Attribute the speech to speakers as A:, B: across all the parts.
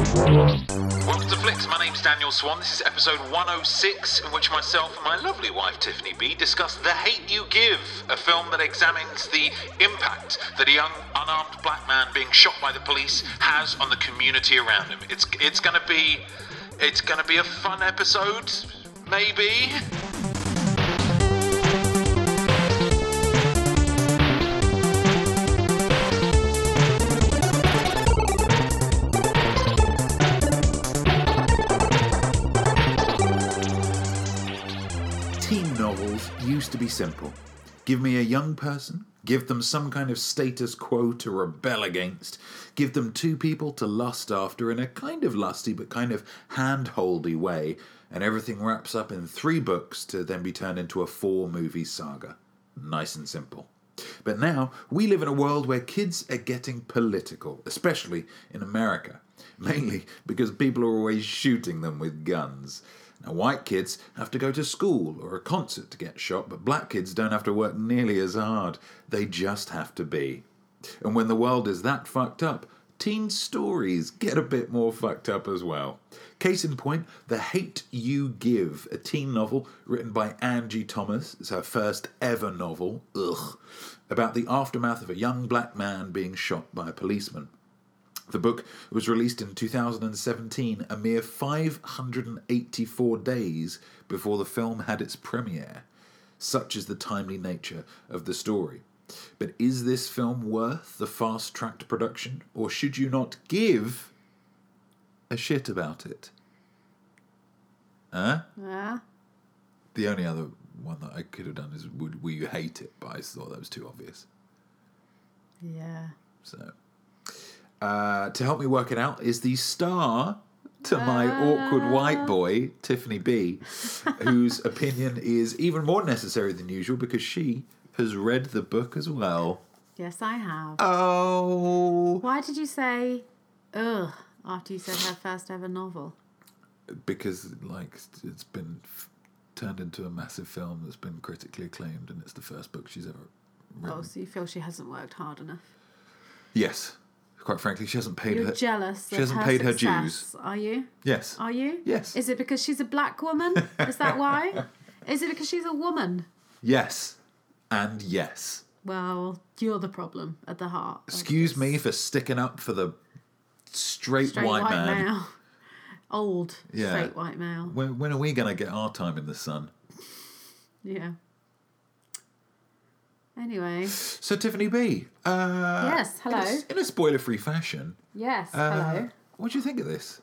A: Welcome to Flicks. My name's Daniel Swan. This is episode 106, in which myself and my lovely wife Tiffany B discuss The Hate You Give, a film that examines the impact that a young unarmed black man being shot by the police has on the community around him. It's it's going to be it's going to be a fun episode, maybe.
B: Teen novels used to be simple. Give me a young person, give them some kind of status quo to rebel against, give them two people to lust after in a kind of lusty but kind of hand holdy way, and everything wraps up in three books to then be turned into a four movie saga. Nice and simple. But now, we live in a world where kids are getting political, especially in America, mainly because people are always shooting them with guns. Now, white kids have to go to school or a concert to get shot, but black kids don't have to work nearly as hard. They just have to be. And when the world is that fucked up, teen stories get a bit more fucked up as well. Case in point, The Hate You Give, a teen novel written by Angie Thomas. It's her first ever novel, ugh, about the aftermath of a young black man being shot by a policeman. The book was released in 2017, a mere 584 days before the film had its premiere. Such is the timely nature of the story. But is this film worth the fast tracked production, or should you not give a shit about it? Huh?
C: Yeah.
B: The only other one that I could have done is would will you hate it? But I just thought that was too obvious.
C: Yeah.
B: So, uh, to help me work it out, is the star to my awkward white boy, Tiffany B, whose opinion is even more necessary than usual because she has read the book as well.
C: Yes, I have.
B: Oh,
C: Why did you say ugh after you said her first ever novel?
B: because like it's been f- turned into a massive film that's been critically acclaimed, and it's the first book she's ever written.
C: Oh, so you feel she hasn't worked hard enough.
B: Yes, quite frankly, she hasn't paid
C: You're
B: her.
C: jealous.
B: she
C: of
B: hasn't
C: her
B: paid her
C: success, Are you?
B: yes,
C: Are you?
B: Yes.
C: Is it because she's a black woman? Is that why? Is it because she's a woman?
B: yes, and yes.
C: Well, you're the problem at the heart. of
B: Excuse
C: this
B: me for sticking up for the straight,
C: Straight
B: white,
C: white,
B: man.
C: male. Old
B: Yeah.
C: straight white male.
B: When, when are we going to get our time in the sun?
C: Yeah. Anyway,
B: So, Tiffany B. Uh,
C: Yes, hello.
B: In a, in a spoiler free fashion.
C: yes,
B: uh,
C: hello.
B: What do you think of this?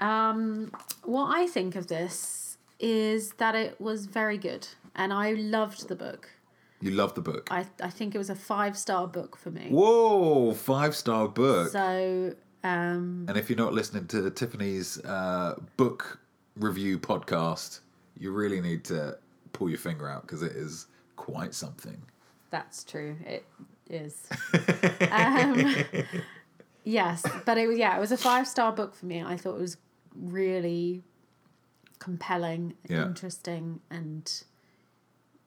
C: Um, what I think of this is that it was very good, and I loved the book.
B: You love the book.
C: I, I think it was a five star book for me.
B: Whoa, five star book.
C: So um,
B: and if you're not listening to Tiffany's uh, book review podcast, you really need to pull your finger out because it is quite something.
C: that's true. It is. um, yes, but it was yeah, it was a five star book for me. I thought it was really compelling,
B: Yeah.
C: interesting, and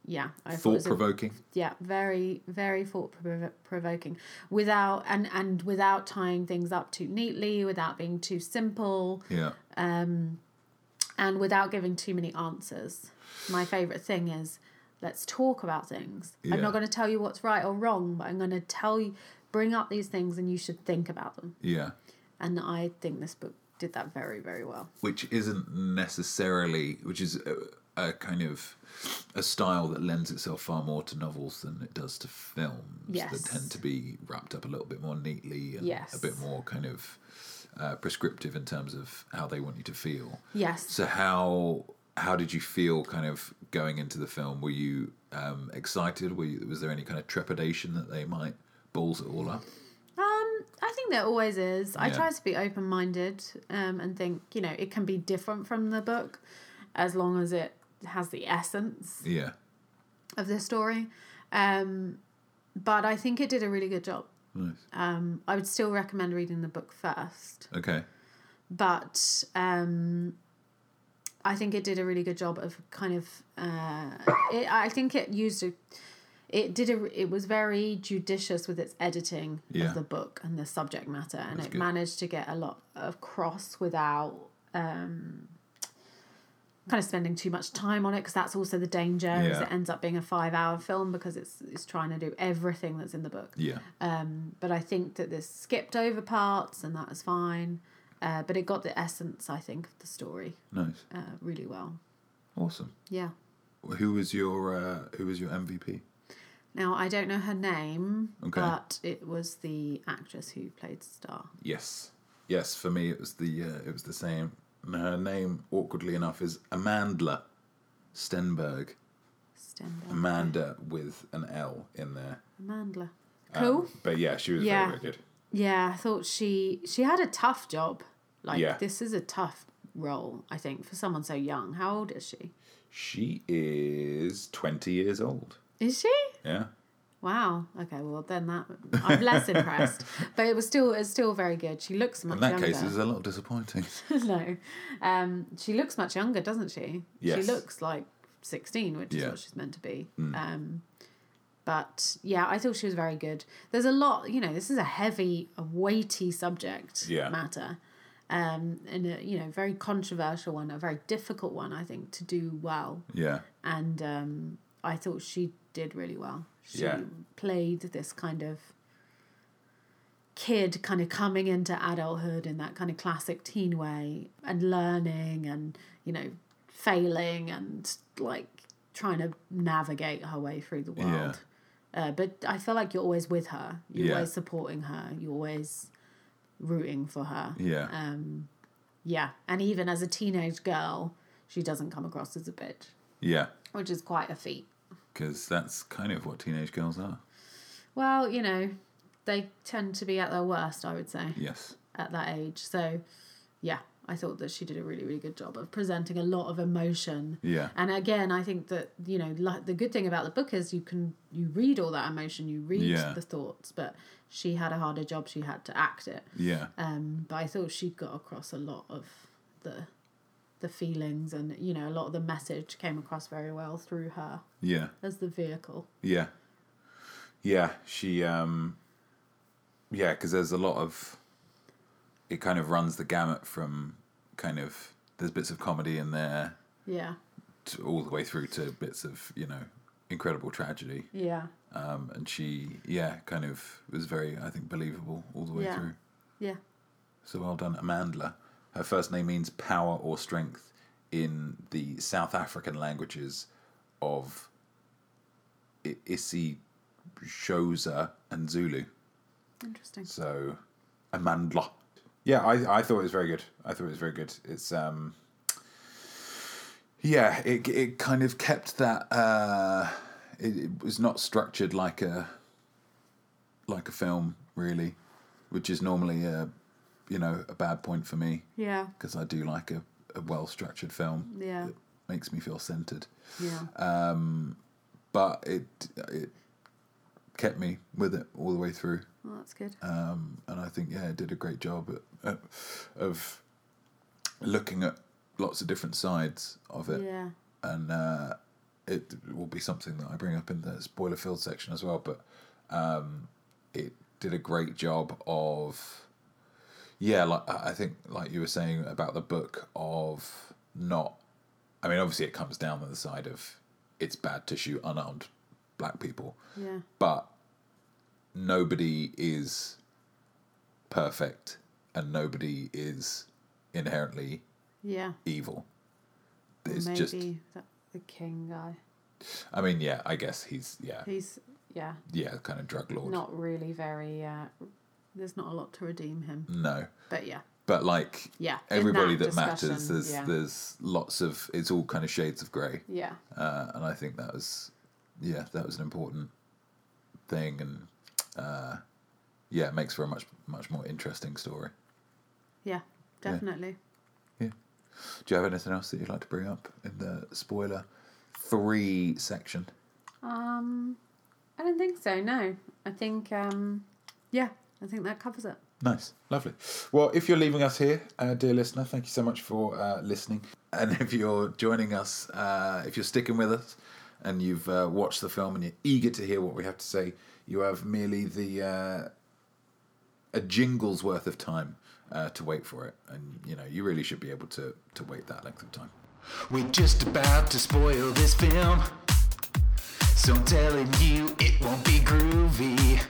C: yeah, I thought it
B: Thought
C: was a
B: provoking.
C: yeah very very thought provo- provoking without and and without tying things up too neatly without being too simple
B: Yeah.
C: and without giving too many answers my favorite thing is let's talk about things i'm
B: Yeah.
C: not going to tell you what's right or wrong but i'm going to tell you bring up these things and you should think about them
B: Yeah.
C: and i think this book did that very very well
B: which isn't necessarily which is a, a kind of a style that lends itself far more to novels than it does to films
C: Yes.
B: that tend to be wrapped up a little bit more neatly and
C: Yes.
B: a bit more kind of uh, prescriptive in terms of how they want you to feel
C: yes
B: so how how did you feel kind of going into the film were you um, excited were you, was there any kind of trepidation that they might balls it all up
C: Um, I think there always is. I
B: Yeah.
C: try to be open minded um, and think, you know, it can be different from the book as long as it has the essence
B: yeah
C: of the story. Um, but I think it did a really good job.
B: nice
C: Um, I would still recommend reading the book first,
B: okay
C: but um, I think it did a really good job of kind of. Uh, it, I think it used a. it did a, it was very judicious with its editing
B: Yeah.
C: of the book and the subject matter, and it
B: good.
C: managed to get a lot across without um, kind of spending too much time on it because that's also the danger is
B: Yeah.
C: it ends up being a five hour film because it's it's trying to do everything that's in the book
B: Yeah.
C: um, but i think that this skipped over parts and that was fine uh, but it got the essence i think of the story
B: Nice.
C: uh, really well
B: Awesome.
C: yeah
B: Who was your uh, Who was your MVP?
C: now i don't know her name
B: Okay.
C: but it was the actress who played star
B: Yes. Yes. For me, it was the uh, it was the same. And her name, awkwardly enough, is Amandla Stenberg. Mm.
C: Stenberg.
B: Amanda with an L in there.
C: amandla
B: Um,
C: cool
B: but yeah, she was
C: Yeah.
B: very wicked.
C: Yeah, I thought she she had a tough job. Like
B: Yeah.
C: this is a tough role, I think, for someone so young. How old is she?
B: She is twenty years old.
C: Is she?
B: Yeah.
C: Wow. Okay. Well, then that I'm less impressed, but it was still it's still very good. She looks much
B: In that
C: younger.
B: case, it's a lot disappointing.
C: no, um, she looks much younger, doesn't she?
B: Yes.
C: She looks like sixteen, which is
B: Yeah. Mm.
C: what she's meant to be. Um, but yeah, I thought she was very good. There's a lot, you know. This is a heavy, a weighty subject
B: Yeah.
C: matter, um, and a you know very controversial one, a very difficult one, I think, to do well.
B: yeah.
C: And um, I thought she did really well. She
B: Yeah.
C: played this kind of kid kind of coming into adulthood in that kind of classic teen way and learning and you know failing and like trying to navigate her way through the
B: Yeah.
C: world uh, but i feel like you're always with her you're
B: Yeah.
C: always supporting her you're always rooting for her
B: Yeah.
C: um yeah and even as a teenage girl she doesn't come across as a bitch
B: Yeah.
C: which is quite a feat
B: Because that's kind of what teenage girls are.
C: well you know they tend to be at their worst i would say
B: Yes.
C: at that age. So, yeah, I thought that she did a really, really good job of presenting a lot of emotion.
B: Yeah.
C: And again, I think that you know, like the good thing about the book is you can you read all that emotion, you read
B: Yeah.
C: the thoughts, but she had a harder job; she had to act it.
B: Yeah.
C: Um, but I thought she got across a lot of the the feelings, and you know, a lot of the message came across very well through her
B: Yeah.
C: as the vehicle.
B: Yeah. Yeah, she um yeah, cuz there's a lot of it kind of runs the gamut from kind of there's bits of comedy in there
C: Yeah,
B: to, all the way through to bits of, you know, incredible tragedy.
C: yeah,
B: Um and she yeah, kind of was very I think believable all the way
C: Yeah.
B: through.
C: yeah.
B: So well done Amandla. Her first name means power or strength in the South African languages of I- Isi Shoza and Zulu.
C: Interesting.
B: So, Amandla. Yeah, I, I thought it was very good. I thought it was very good. It's um, yeah, it it kind of kept that. Uh, it, it was not structured like a like a film really, which is normally a you know a bad point for me
C: Yeah,
B: because I do like a, a well structured film.
C: yeah,
B: It makes me feel centered
C: yeah.
B: Uh, but it it kept me with it all the way through,
C: well, that's good.
B: um, and I think yeah, it did a great job at, at- of looking at lots of different sides of it,
C: yeah.
B: and uh, it will be something that I bring up in the spoiler filled section as well. But um, it did a great job of yeah, like I I think like you were saying about the book of not. I mean, obviously, it comes down to the side of it's bad to shoot unarmed black people,
C: Yeah.
B: but nobody is perfect and nobody is inherently
C: Yeah.
B: evil.
C: Or
B: It's
C: Maybe
B: just
C: that the king guy.
B: I mean, yeah, I guess he's yeah,
C: He's yeah,
B: yeah, kind of drug lord.
C: not really very. Uh, there's not a lot to redeem him,
B: No,
C: but yeah,
B: but like
C: yeah. in
B: Mm. everybody that, matters,
C: discussion,
B: there's
C: yeah.
B: there's lots of it's all kind of shades of grey,
C: yeah,
B: uh, and I think that was yeah, that was an important thing, and uh, yeah, it makes for a much much more interesting story.
C: yeah, definitely.
B: Do you have anything else that you'd like to bring up in the spoiler three section?
C: Um, I don't think so. No, I think um, yeah, I think that covers it.
B: Nice, lovely. Well, if you're leaving us here, uh, dear listener, thank you so much for uh, listening. And if you're joining us, uh, if you're sticking with us, and you've uh, watched the film and you're eager to hear what we have to say, you have merely the uh, a jingle's worth of time uh, to wait for it, and you know you really should be able to to wait that length of time.
D: We're just about to spoil this film. So I'm telling you, it won't be groovy.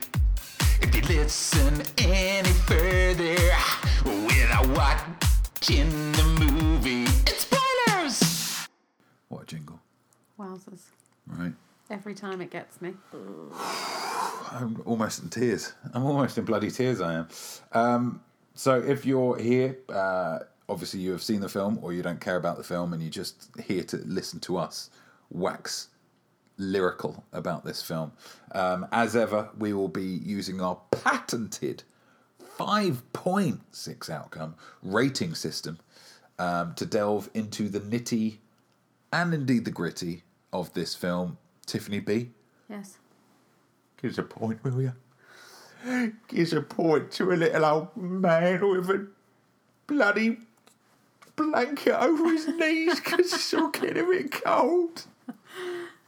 D: If you listen any further without watching the movie, it's spoilers!
B: What a jingle,
C: Wowzers.
B: right?
C: Every time it gets me.
B: I'm almost in tears. I'm almost in bloody tears. I am. Um, so if you're here, uh, obviously you have seen the film, or you don't care about the film, and you're just here to listen to us wax lyrical about this film. Um, as ever, we will be using our patented five point six outcome rating system um, to delve into the nitty and indeed the gritty of this film. Tiffany B,
C: Yes.
B: Give us a point, will you? Give us a point to a little old man with a bloody blanket over his knees because it's all getting a bit cold.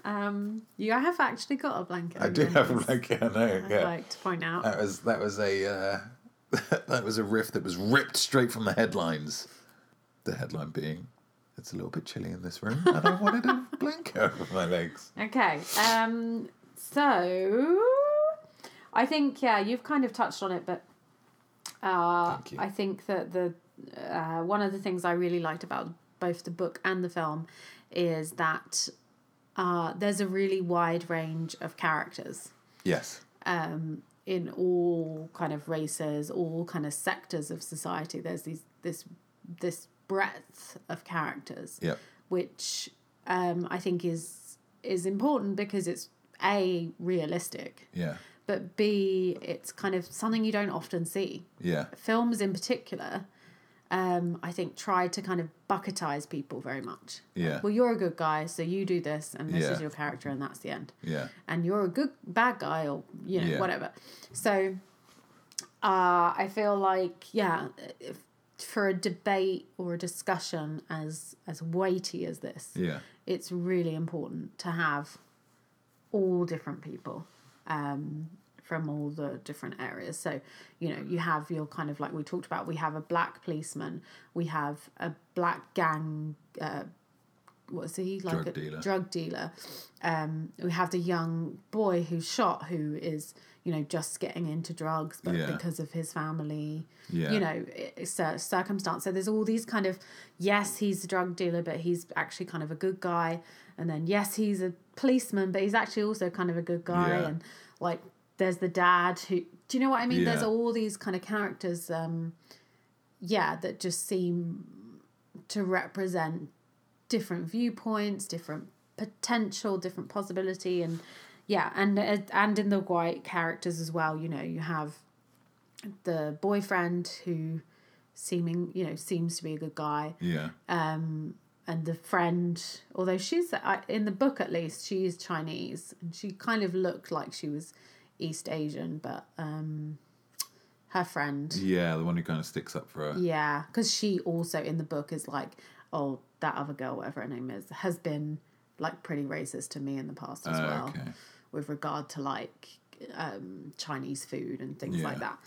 C: Um, you have actually got a blanket.
B: I
C: on
B: do
C: your
B: have a
C: knees,
B: blanket, I know.
C: I'd
B: Yeah,
C: like to point out.
B: that was that was a uh, that was a riff that was ripped straight from the headlines. The headline being, "It's a little bit chilly in this room, and I wanted a blanket over my legs."
C: Okay. Um, so I think yeah, you've kind of touched on it, but uh,
B: Thank you.
C: I think that the uh, one of the things I really liked about both the book and the film is that uh, there's a really wide range of characters
B: Yes,
C: in all kind of races, all kind of sectors of society. There's these this this breadth of characters
B: Yep.
C: which um, I think is is important because it's a realistic,
B: yeah,
C: but b it's kind of something you don't often see.
B: yeah,
C: Films in particular, um, I think try to kind of bucketize people very much.
B: Yeah.
C: Well, you're a good guy, so you do this, and this
B: Yeah.
C: is your character, and that's the end
B: yeah,
C: and you're a good bad guy or you know
B: Yeah.
C: whatever so uh, i feel like yeah if, for a debate or a discussion as as weighty as this
B: yeah,
C: it's really important to have all different people um, from all the different areas. So, you know, you have your kind of like we talked about, we have a black policeman, we have a black gang, uh, what's he like?
B: Drug
C: a
B: dealer.
C: Drug dealer. Um, we have the young boy who's shot, who is, you know, just getting into drugs, but
B: Yeah.
C: because of his family,
B: Yeah.
C: you know, i- cir- circumstance. So there's all these kind of yes, he's a drug dealer, but he's actually kind of a good guy, and then yes, he's a policeman, but he's actually also kind of a good guy,
B: Yeah.
C: and like there's the dad who. Do you know what I mean? There's
B: Yeah.
C: all these kind of characters, um, yeah, that just seem to represent different viewpoints, different potential, different possibility, and yeah, and uh, and in the white characters as well. You know, you have the boyfriend who seeming you know seems to be a good guy
B: yeah,
C: and the friend although she's I- in the book at least she is chinese and she kind of looked like she was east asian but um her friend
B: yeah. The one who kind of sticks up for her.
C: yeah, because she also in the book is like, oh, that other girl, whatever her name is, has been like pretty racist to me in the past as
B: Oh,
C: well,
B: okay.
C: with regard to like um, Chinese food and things like
B: Yeah.
C: that.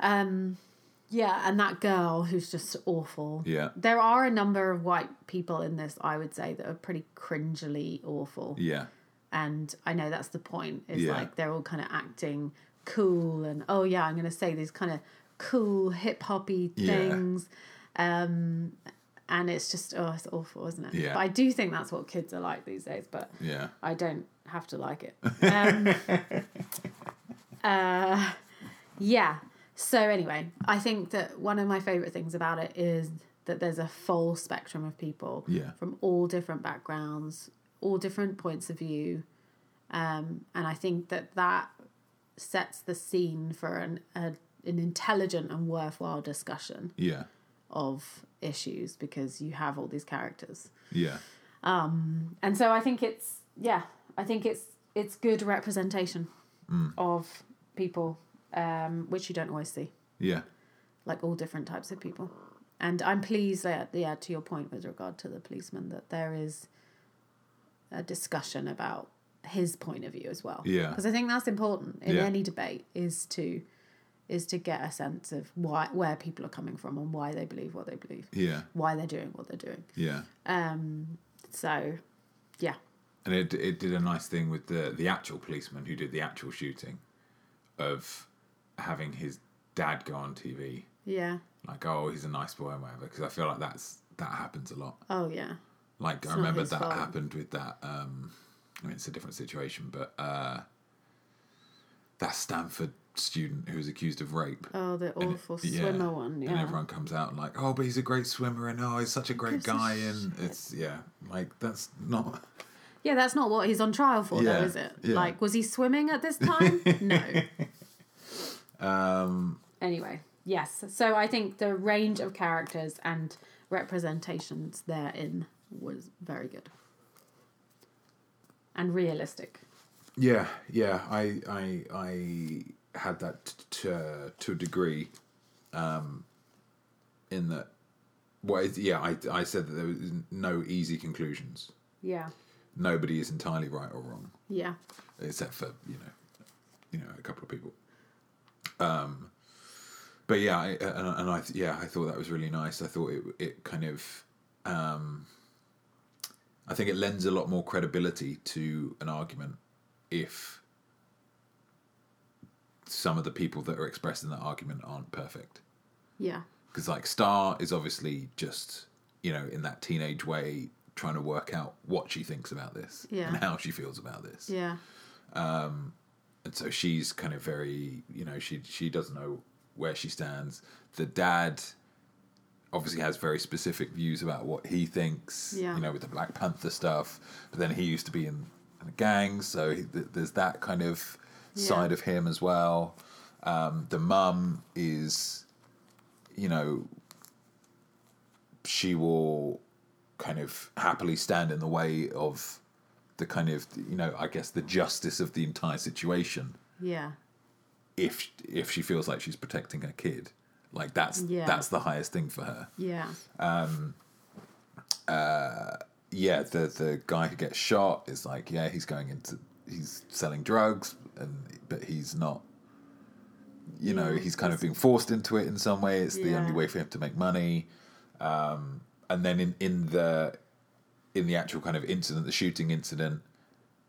C: Um, yeah, and that girl who's just awful.
B: Yeah.
C: there are a number of white people in this, I would say, that are pretty cringily awful
B: Yeah.
C: and I know that's the point. Is
B: Yeah.
C: like they're all kind of acting cool and oh yeah, I'm gonna say these kind of cool hip hoppy
B: Yeah.
C: things, um, and it's just oh it's awful, isn't it?
B: Yeah.
C: But I do think that's what kids are like these days. But
B: Yeah.
C: I don't have to like it. Um, uh, yeah. So anyway, I think that one of my favorite things about it is that there's a full spectrum of people
B: Yeah.
C: from all different backgrounds, all different points of view, um, and I think that that sets the scene for an a, an intelligent and worthwhile discussion
B: Yeah.
C: of issues because you have all these characters
B: Yeah.
C: and so I think it's yeah, I think it's it's good representation
B: Mm.
C: of people, um, which you don't always see,
B: Yeah.
C: like all different types of people. uh, And I'm pleased that yeah, to your point with regard to the policeman, that there is a discussion about his point of view as well.
B: Yeah.
C: Because I think that's important in
B: Yeah.
C: any debate is to is to get a sense of why where people are coming from and why they believe what they believe.
B: Yeah.
C: Why they're doing what they're doing.
B: Yeah.
C: Um so yeah.
B: And it it did a nice thing with the the actual policeman who did the actual shooting of having his dad go on TV
C: Yeah.
B: like oh he's a nice boy and whatever because I feel like that's that happens a lot.
C: Oh yeah.
B: Like I
C: not
B: remember
C: his
B: that
C: fault.
B: happened with that. Um, I mean, it's a different situation, but uh, that Stanford student who was accused of rape.
C: Oh the
B: And it-
C: awful
B: yeah,
C: swimmer one. Yeah.
B: And everyone comes out like, oh, but he's a great swimmer, and oh, he's such a great
C: Gives a
B: guy, and it's yeah, like that's not.
C: Yeah, that's not what he's on trial for
B: Yeah,
C: though, is it?
B: yeah.
C: Like was he swimming at this time? no.
B: Um,
C: Anyway, yes. So I think the range of characters and representations therein was very good. And realistic.
B: yeah, yeah, I, I, I had that t- t- uh, to a degree. Um, in that, well, it, yeah, I, I said that there was no easy conclusions.
C: Yeah.
B: Nobody is entirely right or wrong.
C: Yeah.
B: except for you know, you know, a couple of people. Um, but yeah, I, and, and I yeah, I thought that was really nice. I thought it it kind of, um, I think it lends a lot more credibility to an argument if some of the people that are expressed in that argument aren't perfect
C: Yeah.
B: because like Star is obviously just you know in that teenage way trying to work out what she thinks about this
C: Yeah.
B: and how she feels about this
C: Yeah.
B: and so she's kind of very you know she she doesn't know where she stands the dad obviously has very specific views about what he thinks
C: Yeah.
B: you know with the black panther stuff but then he used to be in, in a gang so he, th- there's that kind of side of him as well um, the mum is you know she will kind of happily stand in the way of the kind of you know i guess the justice of the entire situation
C: Yeah.
B: if if she feels like she's protecting her kid like that's
C: Yeah.
B: that's the highest thing for her
C: Yeah.
B: yeah the the guy who gets shot is like yeah he's going into he's selling drugs and but he's not you know
C: Yeah,
B: he's kind of being forced into it in some way it's the
C: Yeah.
B: only way for him to make money um and then in in the in the actual kind of incident the shooting incident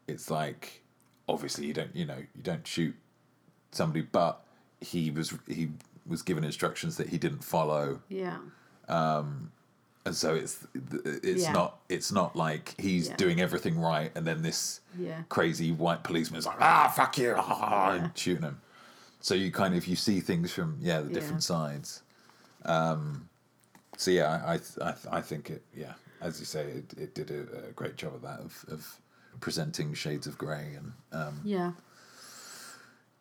B: it's like obviously you don't you know you don't shoot somebody but he was he was given instructions that he didn't follow
C: Yeah.
B: and so it's it's
C: Yeah.
B: not it's not like he's
C: Yeah.
B: doing everything right and then this
C: Yeah.
B: crazy white policeman is like ah fuck you ah, and shooting him so you kind of you see things from yeah the different
C: Yeah.
B: sides um so yeah i i i, I think it yeah as you say it, it did a, a great job of that of, of presenting shades of gray and um
C: Yeah.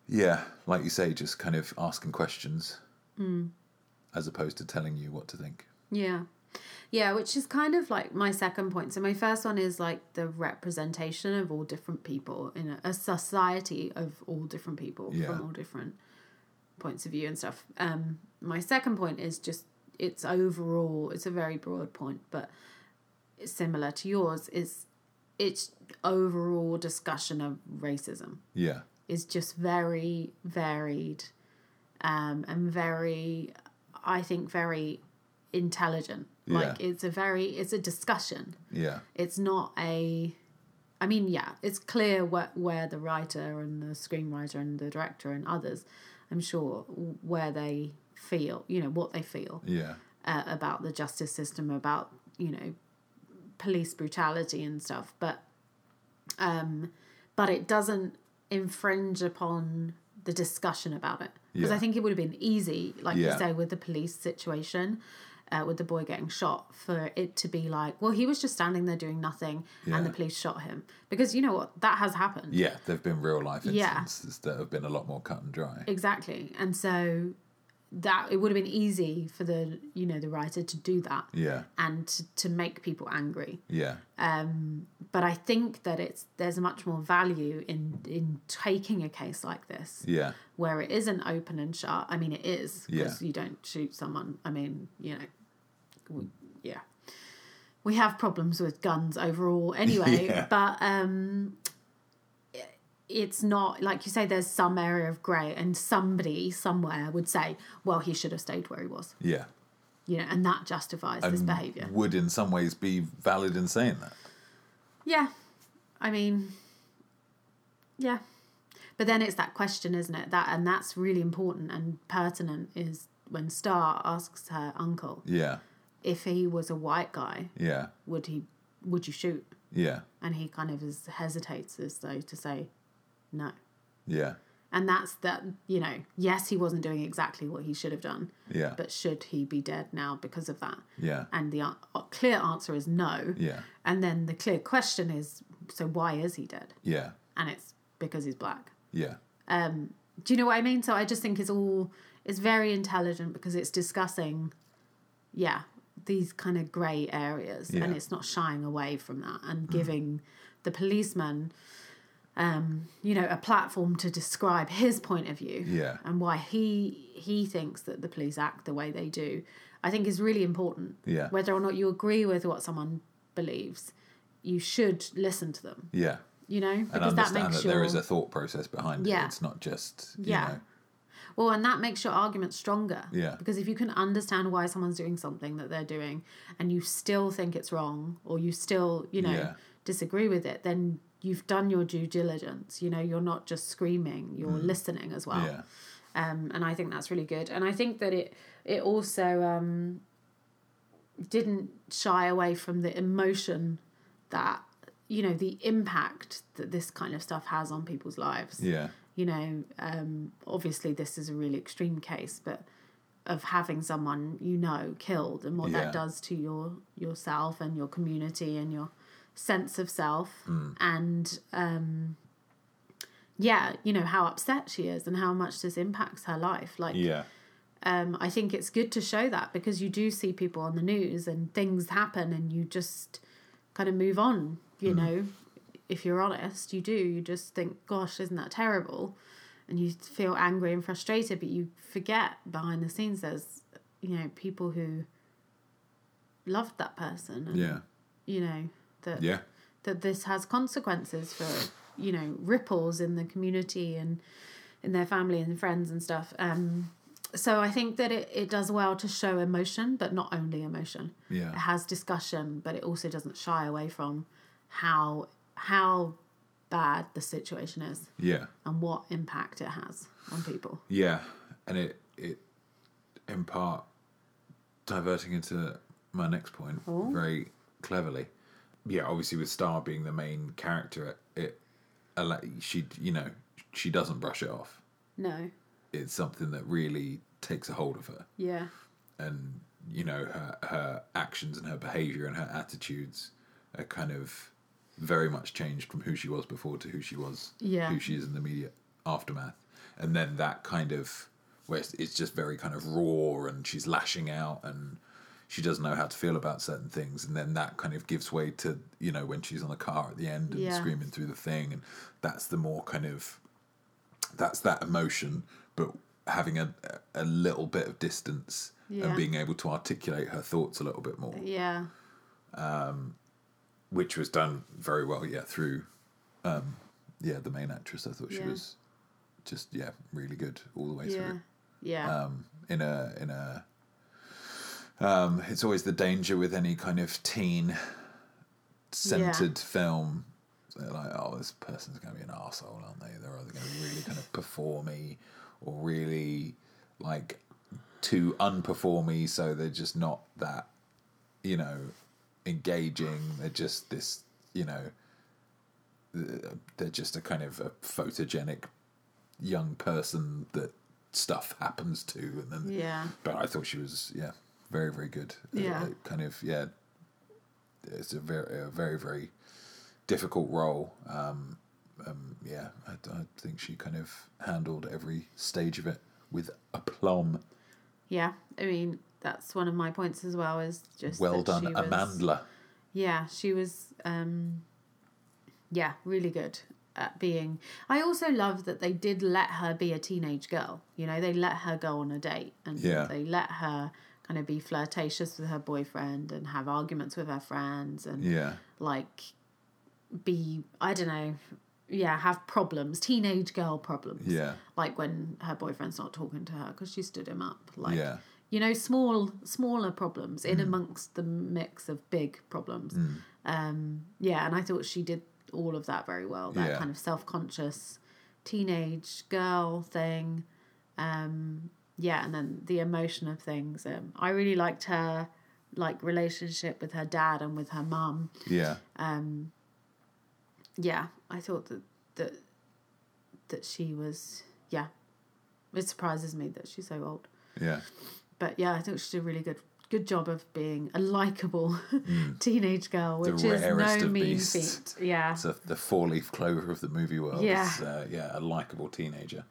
B: yeah like you say just kind of asking questions
C: Mm.
B: as opposed to telling you what to think
C: Yeah. Yeah, which is kind of like my second point. So my first one is like the representation of all different people in a, a society of all different people
B: Yeah.
C: from all different points of view and stuff. Um my second point is just it's overall it's a very broad point, but it's similar to yours is it's overall discussion of racism
B: yeah
C: is just very varied um, and very i think very intelligent
B: Yeah.
C: like it's a very it's a discussion
B: yeah
C: it's not a i mean yeah it's clear where, where the writer and the screenwriter and the director and others i'm sure where they feel you know what they feel
B: yeah
C: uh, about the justice system, about you know police brutality and stuff, but um, but it doesn't infringe upon the discussion about it because
B: Yeah.
C: I think it would have been easy, like
B: Yeah.
C: you say, with the police situation. Uh, with the boy getting shot, for it to be like, well, he was just standing there doing nothing,
B: Yeah.
C: and the police shot him because you know what that has happened.
B: Yeah, there've been real life
C: Yeah.
B: instances that have been a lot more cut and dry.
C: Exactly. And so that it would have been easy for the you know the writer to do that
B: Yeah.
C: and to, to make people angry.
B: Yeah,
C: But I think that it's there's much more value in in taking a case like this
B: yeah,
C: where it isn't open and shut. I mean, it is
B: Yeah.
C: because you don't shoot someone. I mean, you know, we, yeah, we have problems with guns overall anyway,
B: Yeah.
C: but um, i- it's not like you say. There's some area of grey, and somebody somewhere would say, "Well, he should have stayed where he was,"
B: Yeah.
C: you know, and that justifies this behaviour.
B: Would in some ways be valid in saying that.
C: Yeah. I mean, yeah. But then it's that question, isn't it? That and that's really important and pertinent is when Star asks her uncle
B: Yeah.
C: if he was a white guy,
B: Yeah.
C: would he would you shoot?
B: Yeah.
C: And he kind of is, hesitates as though to say no.
B: Yeah.
C: And that's that, you know, yes, he wasn't doing exactly what he should have done,
B: Yeah.
C: but should he be dead now because of that?
B: Yeah.
C: And the an- uh, clear answer is no.
B: Yeah.
C: And then the clear question is so why is he dead?
B: Yeah.
C: and it's because he's black.
B: Yeah.
C: Do you know what I mean? So I just think it's all it's very intelligent because it's discussing, yeah, these kind of grey areas,
B: Yeah. Mm.
C: and it's not shying away from that and giving the policeman, um, you know, a platform to describe his point of view,
B: Yeah.
C: and why he he thinks that the police act the way they do. I think is really important.
B: Yeah.
C: Whether or not you agree with what someone believes, you should listen to them.
B: Yeah.
C: You know,
B: And
C: because that
B: understand
C: makes
B: that,
C: your
B: there is a thought process behind it.
C: Yeah.
B: It's not just, you
C: Yeah.
B: know.
C: Well, and that makes your argument stronger.
B: Yeah.
C: Because if you can understand why someone's doing something that they're doing and you still think it's wrong or you still, you know,
B: Yeah.
C: disagree with it, then you've done your due diligence. You know, you're not just screaming, you're listening as well.
B: Mm. Yeah.
C: Um, and I think that's really good. And I think that it it also um, didn't shy away from the emotion that, you know, the impact that this kind of stuff has on people's lives
B: Yeah.
C: you know, um, obviously this is a really extreme case, but of having someone you know killed and what
B: Yeah.
C: that does to your yourself and your community and your sense of self and um yeah you know how upset she is and how much this impacts her life like
B: Yeah.
C: um, I think it's good to show that because you do see people on the news and things happen and you just kind of move on, you know. If you're honest, you do. You just think, gosh, isn't that terrible? And you feel angry and frustrated, but you forget behind the scenes there's, you know, people who loved that person. And,
B: Yeah.
C: You know, that
B: Yeah.
C: that this has consequences for you know ripples in the community and in their family and friends and stuff um so i think that it, it does well to show emotion but not only emotion
B: Yeah.
C: it has discussion but it also doesn't shy away from how how bad the situation is
B: Yeah.
C: and what impact it has on people
B: Yeah, and it it in part diverting into my next point very cleverly. Yeah, obviously with Star being the main character, it, it alle- she you know she doesn't brush it off.
C: no
B: It's something that really takes a hold of her,
C: yeah
B: and you know her her actions and her behavior and her attitudes are kind of very much changed from who she was before to who she was
C: Yeah.
B: who she is in the immediate aftermath and then that kind of where it's, it's just very kind of raw and she's lashing out and she doesn't know how to feel about certain things and then that kind of gives way to you know when she's on the car at the end and
C: Yeah.
B: screaming through the thing and that's the more kind of that's that emotion but having a a little bit of distance
C: Yeah.
B: and being able to articulate her thoughts a little bit more
C: yeah
B: which was done very well yeah through um yeah the main actress i thought she
C: Yeah.
B: was just yeah really good all the way
C: yeah
B: through
C: yeah
B: um in a in a um it's always the danger with any kind of teen centered film they're like oh this person's gonna be an asshole aren't they they're either gonna be really kind of performy or really like too unperformy so they're just not that you know engaging they're just this you know th- they're just a kind of a photogenic young person that stuff happens to and then
C: yeah
B: but I thought she was yeah very very good. It-
C: Yeah.
B: it kind of yeah. It's a very a very very difficult role. Um, um, yeah, I, I think she kind of handled every stage of it with aplomb.
C: yeah i mean that's one of my points as well is just
B: Well
C: that
B: done,
C: she was-
B: Amandla.
C: yeah she was um yeah really good at being i also love that they did let her be a teenage girl you know they let her go on a date and
B: Yeah.
C: they let her kind of be flirtatious with her boyfriend and have arguments with her friends and
B: Yeah.
C: like be I don't know, yeah, have problems, teenage girl problems.
B: Yeah.
C: Like when her boyfriend's not talking to her because she stood him up. Like
B: Yeah.
C: you know, small smaller problems in amongst the mix of big problems. Um, yeah, and I thought she did all of that very well. That
B: Yeah.
C: kind of self conscious teenage girl thing. Um, yeah, and then the emotion of things. Um, I really liked her like relationship with her dad and with her mum
B: Yeah.
C: yeah, I thought that that that she was yeah. It surprises me that she's so old,
B: Yeah.
C: but yeah, I think she did a really good good job of being a likable teenage girl,
B: Hmm. The
C: which is
B: rarest
C: no
B: of
C: mean
B: beasts.
C: feat. Yeah,
B: It's a, the four leaf clover of the movie world.
C: Yeah.
B: It's, uh, yeah, a likable teenager.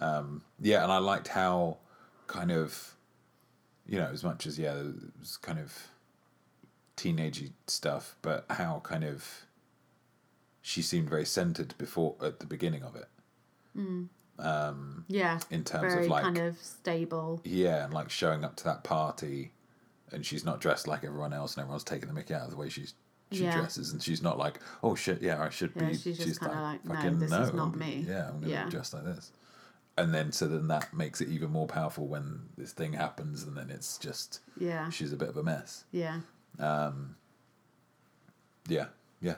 B: Um, yeah, and I liked how kind of, you know, as much as, yeah, it was kind of teenagey stuff, but how kind of she seemed very centered before at the beginning of it
C: yeah,
B: in terms
C: very
B: of like,
C: kind of stable.
B: yeah, and like showing up to that party and she's not dressed like everyone else and everyone's taking the mickey out of the way she's. She
C: Yeah.
B: dresses and she's not like, oh shit, yeah, I should
C: Yeah,
B: be.
C: she's just kinda like, no,
B: fucking
C: this is
B: no,
C: not
B: I'm-
C: me.
B: Yeah, I'm gonna
C: Yeah.
B: be dressed like this. And then, so then that makes it even more powerful when this thing happens, and then it's just
C: Yeah,
B: she's a bit of a mess.
C: yeah,
B: Yeah, yeah.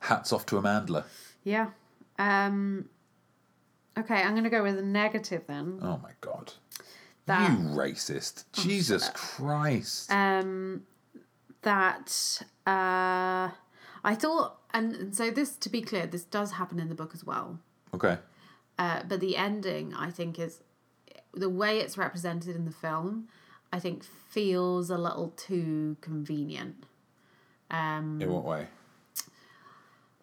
B: Hats off to Amandla.
C: yeah. Um, okay, I'm gonna go with a negative then.
B: Oh my god,
C: That Oh,
B: you racist! Jesus Christ!
C: um, that uh, I thought, and, and so this, to be clear, this does happen in the book as well.
B: okay,
C: Uh, but the ending, I think, is the way it's represented in the film. I think feels a little too convenient. Um,
B: in what way?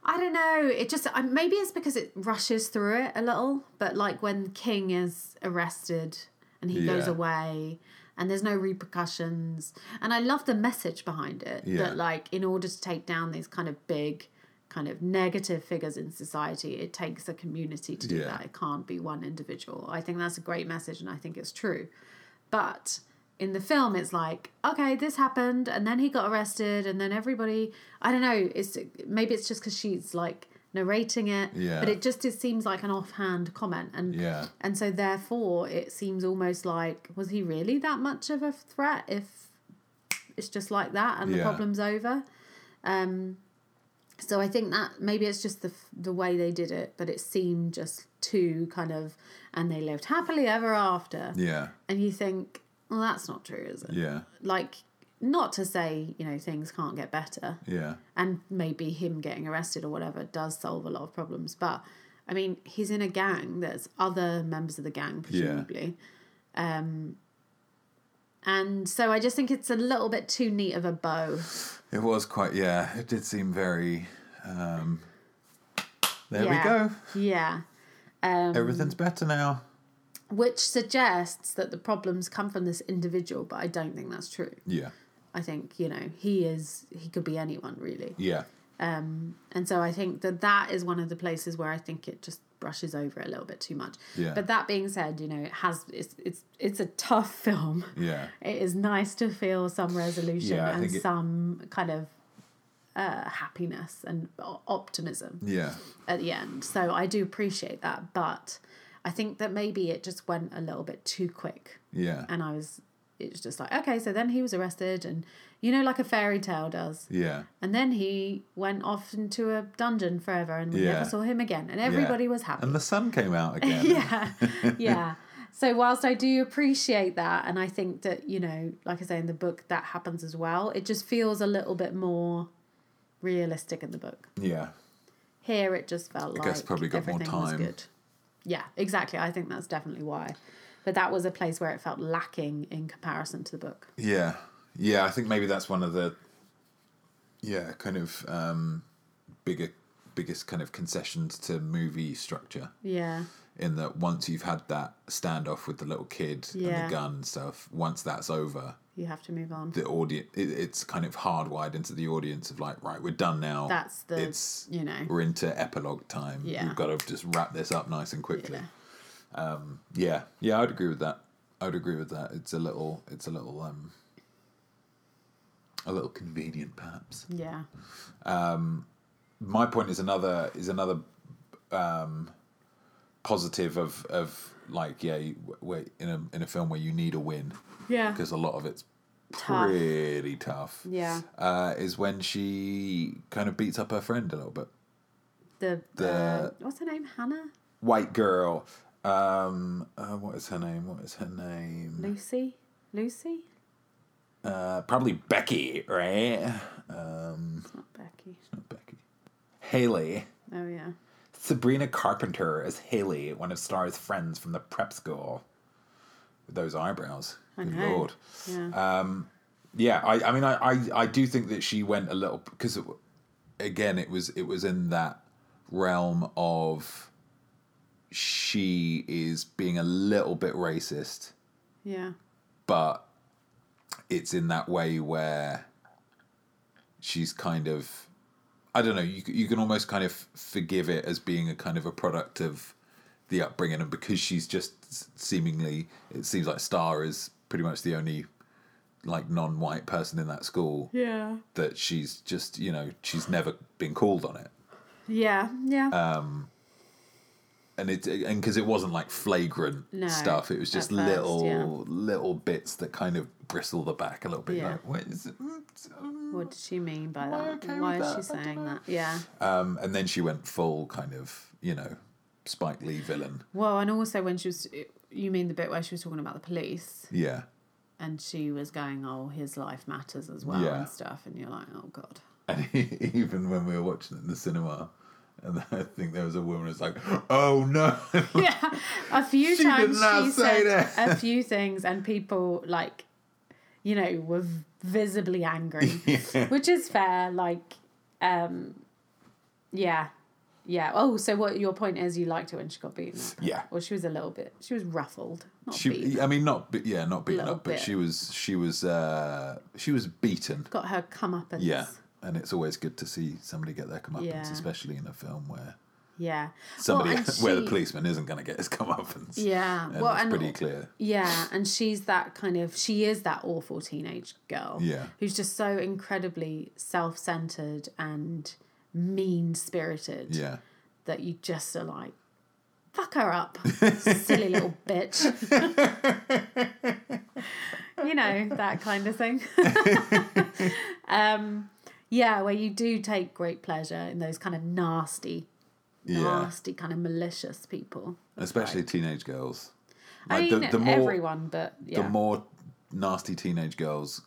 C: I don't know. It just I- maybe it's because it rushes through it a little. But like when King is arrested and he goes
B: Yeah.
C: away, and there's no repercussions. And I love the message behind it
B: Yeah.
C: that like in order to take down these kind of big, kind of negative figures in society, it takes a community to do
B: Yeah.
C: that. It can't be one individual. I think that's a great message, and I think it's true. But in the film, it's like, okay, this happened, and then he got arrested, and then everybody. I don't know. It's maybe it's just because she's like narrating it,
B: Yeah.
C: but it just it seems like an offhand comment, and
B: Yeah.
C: and so therefore it seems almost like was he really that much of a threat if it's just like that and the
B: Yeah.
C: problem's over. Um, so I think that maybe it's just the the way they did it, but it seemed just too kind of, and they lived happily ever after
B: Yeah,
C: and you think, well, that's not true, is it?
B: yeah,
C: Like, not to say, you know, things can't get better,
B: yeah,
C: and maybe him getting arrested or whatever does solve a lot of problems, but I mean, he's in a gang, there's other members of the gang, presumably. Um, and so I just think it's a little bit too neat of a bow.
B: It was quite, yeah, it did seem very. Um, there
C: yeah.
B: we go.
C: Yeah. Um,
B: Everything's better now.
C: which suggests that the problems come from this individual, but I don't think that's true.
B: Yeah,
C: I think, you know, he is, he could be anyone really.
B: yeah,
C: And so I think that that is one of the places where I think it just brushes over it a little bit too much.
B: Yeah.
C: But that being said, you know, it has it's it's it's a tough film.
B: yeah,
C: It is nice to feel some resolution
B: Yeah, I
C: and
B: think it-
C: some kind of uh, happiness and o- optimism
B: yeah,
C: at the end. So I do appreciate that, but I think that maybe it just went a little bit too quick
B: yeah,
C: and I was it's just like okay, so then he was arrested and you know like a fairy tale does.
B: yeah,
C: And then he went off into a dungeon forever and we
B: Yeah.
C: never saw him again. And everybody was happy.
B: And the sun came out again.
C: yeah. yeah. So whilst I do appreciate that and I think that, you know, like I say in the book that happens as well, it just feels a little bit more realistic in the book.
B: Yeah,
C: Here it just felt
B: I
C: like
B: guess probably got more
C: everything was
B: time.
C: good. Yeah, exactly. I think that's definitely why. But that was a place where it felt lacking in comparison to the book.
B: yeah, yeah. I think maybe that's one of the yeah kind of um, bigger biggest kind of concessions to movie structure
C: Yeah.
B: in that once you've had that standoff with the little kid and
C: Yeah.
B: the gun and stuff, once that's over,
C: You have to move on.
B: the audience it, it's kind of hardwired into the audience of like right we're done now
C: That's the-
B: it's
C: you know.
B: we're into epilogue time
C: Yeah.
B: we've got to just wrap this up nice and quickly um yeah yeah i'd agree with that I would agree with that. It's a little, it's a little, um, a little convenient, perhaps.
C: Yeah.
B: My point is another is another um, positive of of like yeah, you- where in a in a film where you need a win
C: Yeah.
B: because a lot of it's
C: Tough.
B: pretty tough.
C: Yeah.
B: uh, is when she kind of beats up her friend a little bit.
C: The, uh,
B: The-
C: what's her name? Hannah?
B: White girl. Um, uh, what is her name? What is her name?
C: Lucy? Lucy?
B: Uh, probably Becky, right?
C: It's not Becky.
B: Not Becky. Haley.
C: Oh yeah.
B: Sabrina Carpenter as Haley, one of Star's friends from the prep school. With those eyebrows.
C: I
B: Good
C: know.
B: lord.
C: Yeah.
B: Uh, Yeah, I, I mean, I, I, I do think that she went a little because, it, again, it was it was in that realm of she is being a little bit racist,
C: yeah.
B: but it's in that way where she's kind of, I don't know, you c- you can almost kind of forgive it as being a kind of a product of the upbringing, and because she's just s- seemingly, it seems like Star is pretty much the only like non-white person in that school
C: Yeah.
B: that she's just you know she's never been called on it
C: Yeah. Yeah.
B: uh, and it and because it wasn't like flagrant
C: No,
B: stuff it was just
C: at first,
B: little
C: yeah.
B: little bits that kind of bristle the back a little bit
C: Yeah.
B: like what is it? Mm, it's, um,
C: what did she mean by that?
B: okay with
C: Why is
B: that?
C: she
B: I don't
C: saying
B: know.
C: that? Yeah.
B: um and then she went full kind of you know spike lee villain
C: Well, and also when she was, you mean the bit where she was talking about the police
B: yeah
C: and she was going, "Oh, his life matters as well
B: Yeah.
C: and stuff," and you're like, "Oh God."
B: and even when we were watching it in the cinema and I think there was a woman who's like, "Oh no!"
C: yeah, a few
B: She did
C: times
B: not
C: she
B: say
C: said
B: that.
C: a few things, and people like, you know, were v- visibly angry, which is fair. Like, um, yeah, yeah. Oh, so what your point is? You liked it when she got beaten? Up.
B: Yeah.
C: Well, she was a little bit. She was ruffled. Not beaten.
B: She, I mean, not be- yeah, not beaten
C: Little
B: up, but
C: bit.
B: she was she was uh she was beaten.
C: Got her come up and
B: Yeah, and it's always good to see somebody get their comeuppance,
C: Yeah.
B: especially in a film where
C: yeah.
B: somebody
C: and
B: where the
C: she-
B: policeman isn't going to get his comeuppance.
C: Yeah.
B: and
C: well,
B: it's
C: and
B: pretty clear.
C: Yeah, and she's that kind of she is that awful teenage girl.
B: Yeah.
C: Who's just so incredibly self centered and mean spirited
B: Yeah,
C: that you just are like, fuck her up, silly little bitch. you know, that kind of thing. um yeah, where you do take great pleasure in those kind of nasty,
B: Yeah.
C: nasty, kind of malicious people.
B: especially teenage girls.
C: I
B: Like,
C: mean, everyone, but yeah.
B: the more nasty teenage girls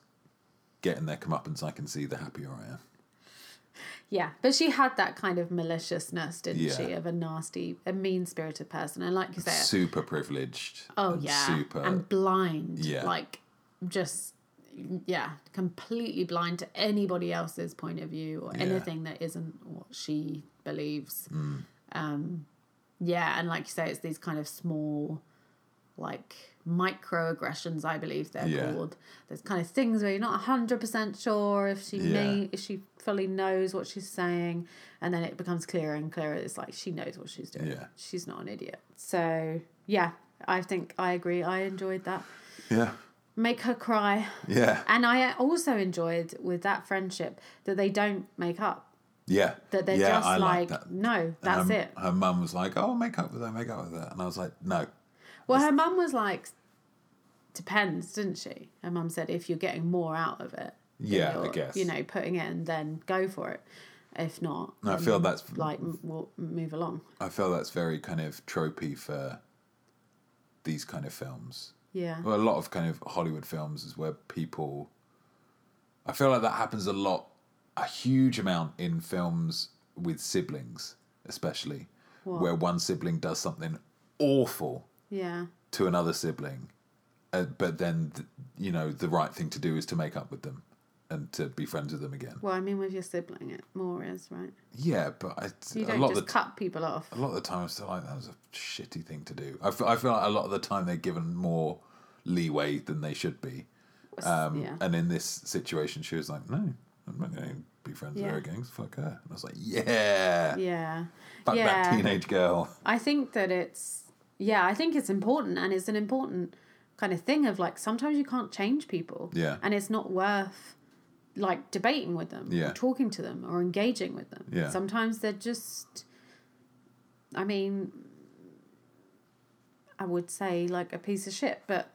B: getting their comeuppance, I can see the happier I am.
C: Yeah, but she had that kind of maliciousness, didn't
B: Yeah.
C: she? Of a nasty, a mean spirited person. And like you say,
B: Super privileged.
C: oh
B: and
C: yeah,
B: super.
C: and blind.
B: Yeah.
C: Like just, yeah, completely blind to anybody else's point of view or anything that isn't what she believes. Um,
B: Mm.
C: yeah, and like you say, it's these kind of small, like microaggressions, I believe they're
B: Yeah.
C: called. There's kind of things where you're not hundred percent sure if she
B: Yeah.
C: may if she fully knows what she's saying, and then it becomes clearer and clearer. It's like she knows what she's doing.
B: Yeah.
C: She's not an idiot. So yeah, I think I agree. I enjoyed that.
B: yeah,
C: Make her cry.
B: yeah,
C: And I also enjoyed with that friendship that they don't make up.
B: yeah.
C: That they're
B: yeah,
C: just
B: I
C: like,
B: that.
C: no, that's
B: And her,
C: it.
B: Her mum was like, "Oh, make up with her, make up with her," and I was like, "No,
C: Well, her mum was like, depends, didn't she? Her mum said, if you're getting more out of it, then
B: Yeah, I
C: you're,
B: guess.
C: You know, putting it in, then go for it. If not,
B: I
C: then,
B: feel that's-
C: like m- we'll move along.
B: I feel that's very kind of tropey for these kind of films.
C: Yeah.
B: Well, a lot of kind of Hollywood films is where people. I feel like that happens a lot, a huge amount in films with siblings, especially, where one sibling does something awful
C: yeah.
B: to another sibling, uh, but then, th- you know, the right thing to do is to make up with them and to be friends with them again.
C: Well, I mean, with your sibling, it more is right.
B: Yeah, but it's,
C: You
B: a
C: don't
B: lot of
C: just
B: the
C: cut people off.
B: a lot of the time I'm still like that was a shitty thing to do. I feel, I feel like a lot of the time they're given more leeway than they should be. Um,
C: yeah.
B: And in this situation, she was like, "No, I'm not going to be friends with
C: Yeah.
B: her again. Fuck her." And I was like, "Yeah,
C: yeah.
B: fuck
C: yeah.
B: that teenage girl."
C: I think that it's yeah, I think it's important and it's an important kind of thing of like sometimes you can't change people.
B: Yeah.
C: And it's not worth like debating with them
B: Yeah.
C: or talking to them or engaging with them.
B: Yeah.
C: Sometimes they're just I mean I would say like a piece of shit, but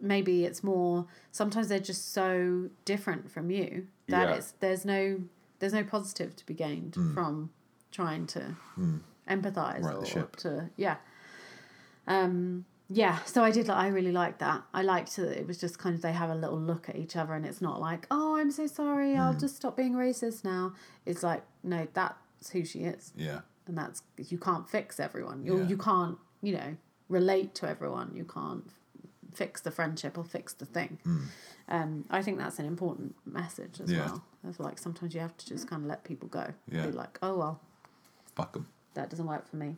C: maybe it's more sometimes they're just so different from you that
B: Yeah. Mm.
C: it's there's no there's no positive to be gained from trying to empathize
B: Right the
C: or
B: ship.
C: to yeah um yeah so i did like i really liked that i liked that it was just kind of they have a little look at each other and it's not like oh i'm so sorry
B: Hmm.
C: i'll just stop being racist now it's like no that's who she is
B: Yeah.
C: and that's you can't fix everyone you
B: Yeah.
C: you can't you know relate to everyone you can't f- fix the friendship or fix the thing um i think that's an important message as
B: Hmm. Yeah.
C: well of like sometimes you have to just kind of let people go
B: Yeah.
C: be like oh well
B: Fuck them.
C: that doesn't work for me.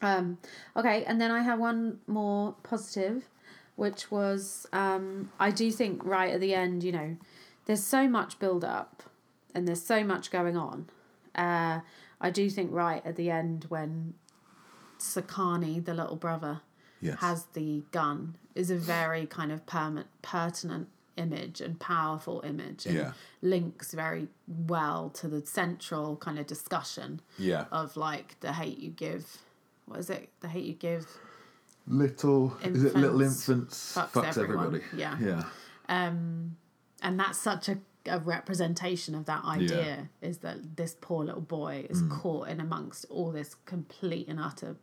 C: Um, okay, and then I have one more positive, which was um, I do think right at the end, you know, there's so much build up and there's so much going on. Uh, I do think right at the end when Sakani, the little brother,
B: Yes.
C: has the gun is a very kind of permanent, pertinent image and powerful image and
B: Yeah.
C: links very well to the central kind of discussion
B: Yeah.
C: of like the hate you give. What is it? The hate you give.
B: little is it little
C: Infants
B: infants
C: fucks
B: fucks,
C: everyone.
B: everybody.
C: Yeah.
B: Yeah.
C: And that's such a, a representation of that idea is that this poor little boy is caught in amongst all this complete and utter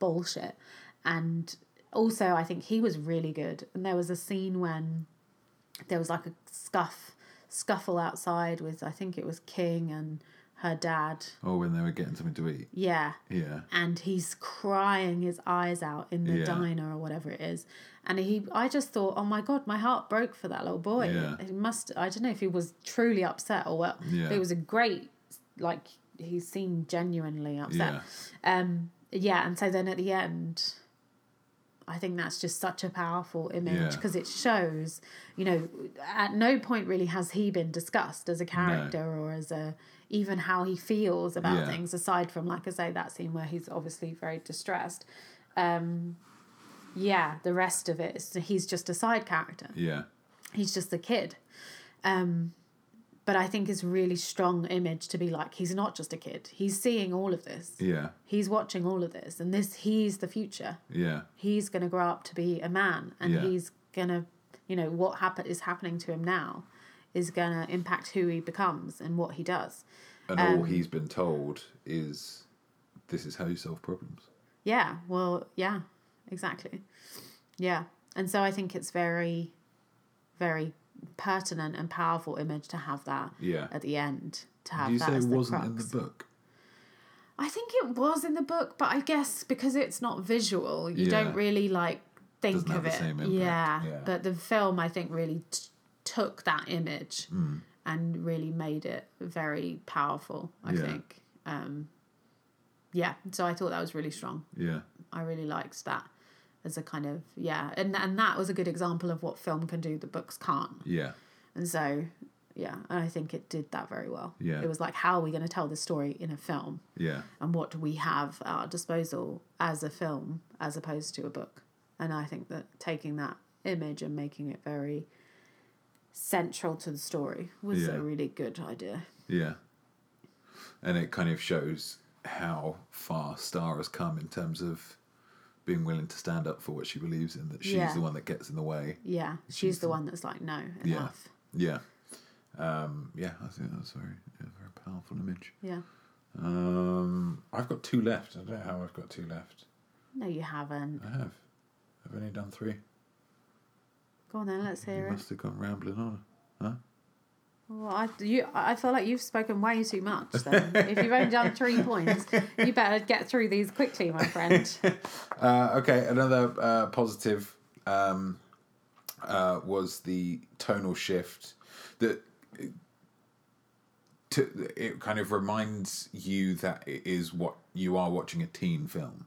C: bullshit. And also, I think he was really good. And there was a scene when there was like a scuff scuffle outside with I think it was King and her dad.
B: Or when they were getting something to eat.
C: Yeah.
B: Yeah.
C: and he's crying his eyes out in the
B: Yeah.
C: diner or whatever it is and he i just thought oh my god my heart broke for that little boy
B: Yeah.
C: he must i don't know if he was truly upset or what
B: Yeah.
C: but it was a great like he seemed genuinely upset
B: Yeah.
C: um yeah and so then at the end i think that's just such a powerful image
B: Yeah.
C: because it shows you know at no point really has he been discussed as a character or as a even how he feels about
B: Yeah.
C: things aside from like i say that scene where he's obviously very distressed um yeah the rest of it is he's just a side character
B: Yeah.
C: he's just a kid um but i think it's a really strong image to be like he's not just a kid he's seeing all of this
B: Yeah.
C: he's watching all of this and this he's the future
B: Yeah.
C: he's going to grow up to be a man and
B: Yeah.
C: he's going to you know what happen- is happening to him now is going to impact who he becomes and what he does
B: And
C: Um,
B: all he's been told is this is how you solve problems.
C: yeah well yeah exactly yeah and so i think it's very very pertinent and powerful image to have that
B: Yeah.
C: at the end to have
B: Do you
C: that
B: say it
C: as the
B: wasn't
C: crux.
B: in the book?
C: I think it was in the book, but I guess because it's not visual, you
B: Yeah.
C: don't really like think
B: Doesn't
C: of
B: have the
C: it.
B: same impact.
C: yeah.
B: Yeah.
C: but the film I think really t- took that image
B: Hmm.
C: and really made it very powerful. I
B: Yeah.
C: think, um, yeah. So I thought that was really strong.
B: Yeah.
C: I really liked that as a kind of yeah, and and that was a good example of what film can do that books can't.
B: Yeah.
C: And so, yeah, and I think it did that very well.
B: Yeah.
C: It was like, how are we going to tell this story in a film?
B: Yeah.
C: and what do we have at our disposal as a film as opposed to a book and i think that taking that image and making it very central to the story was
B: Yeah.
C: a really good idea
B: Yeah. And it kind of shows how far Star has come in terms of being willing to stand up for what she believes in, that she's
C: Yeah.
B: the one that gets in the way.
C: yeah she's the one that's like no enough
B: Yeah. Um, yeah, I think that's very, a very powerful image.
C: yeah,
B: Um, I've got two left. I don't know how I've got two left.
C: no you haven't
B: I have. I've only done three.
C: go on then let's
B: You
C: hear it
B: must have gone rambling on. Huh?
C: well i you i feel like you've spoken way too much then if you've only done three points you better get through these quickly my friend
B: Uh, okay, another uh, positive um, uh, was the tonal shift that to, it kind of reminds you that it is what you are watching a teen film,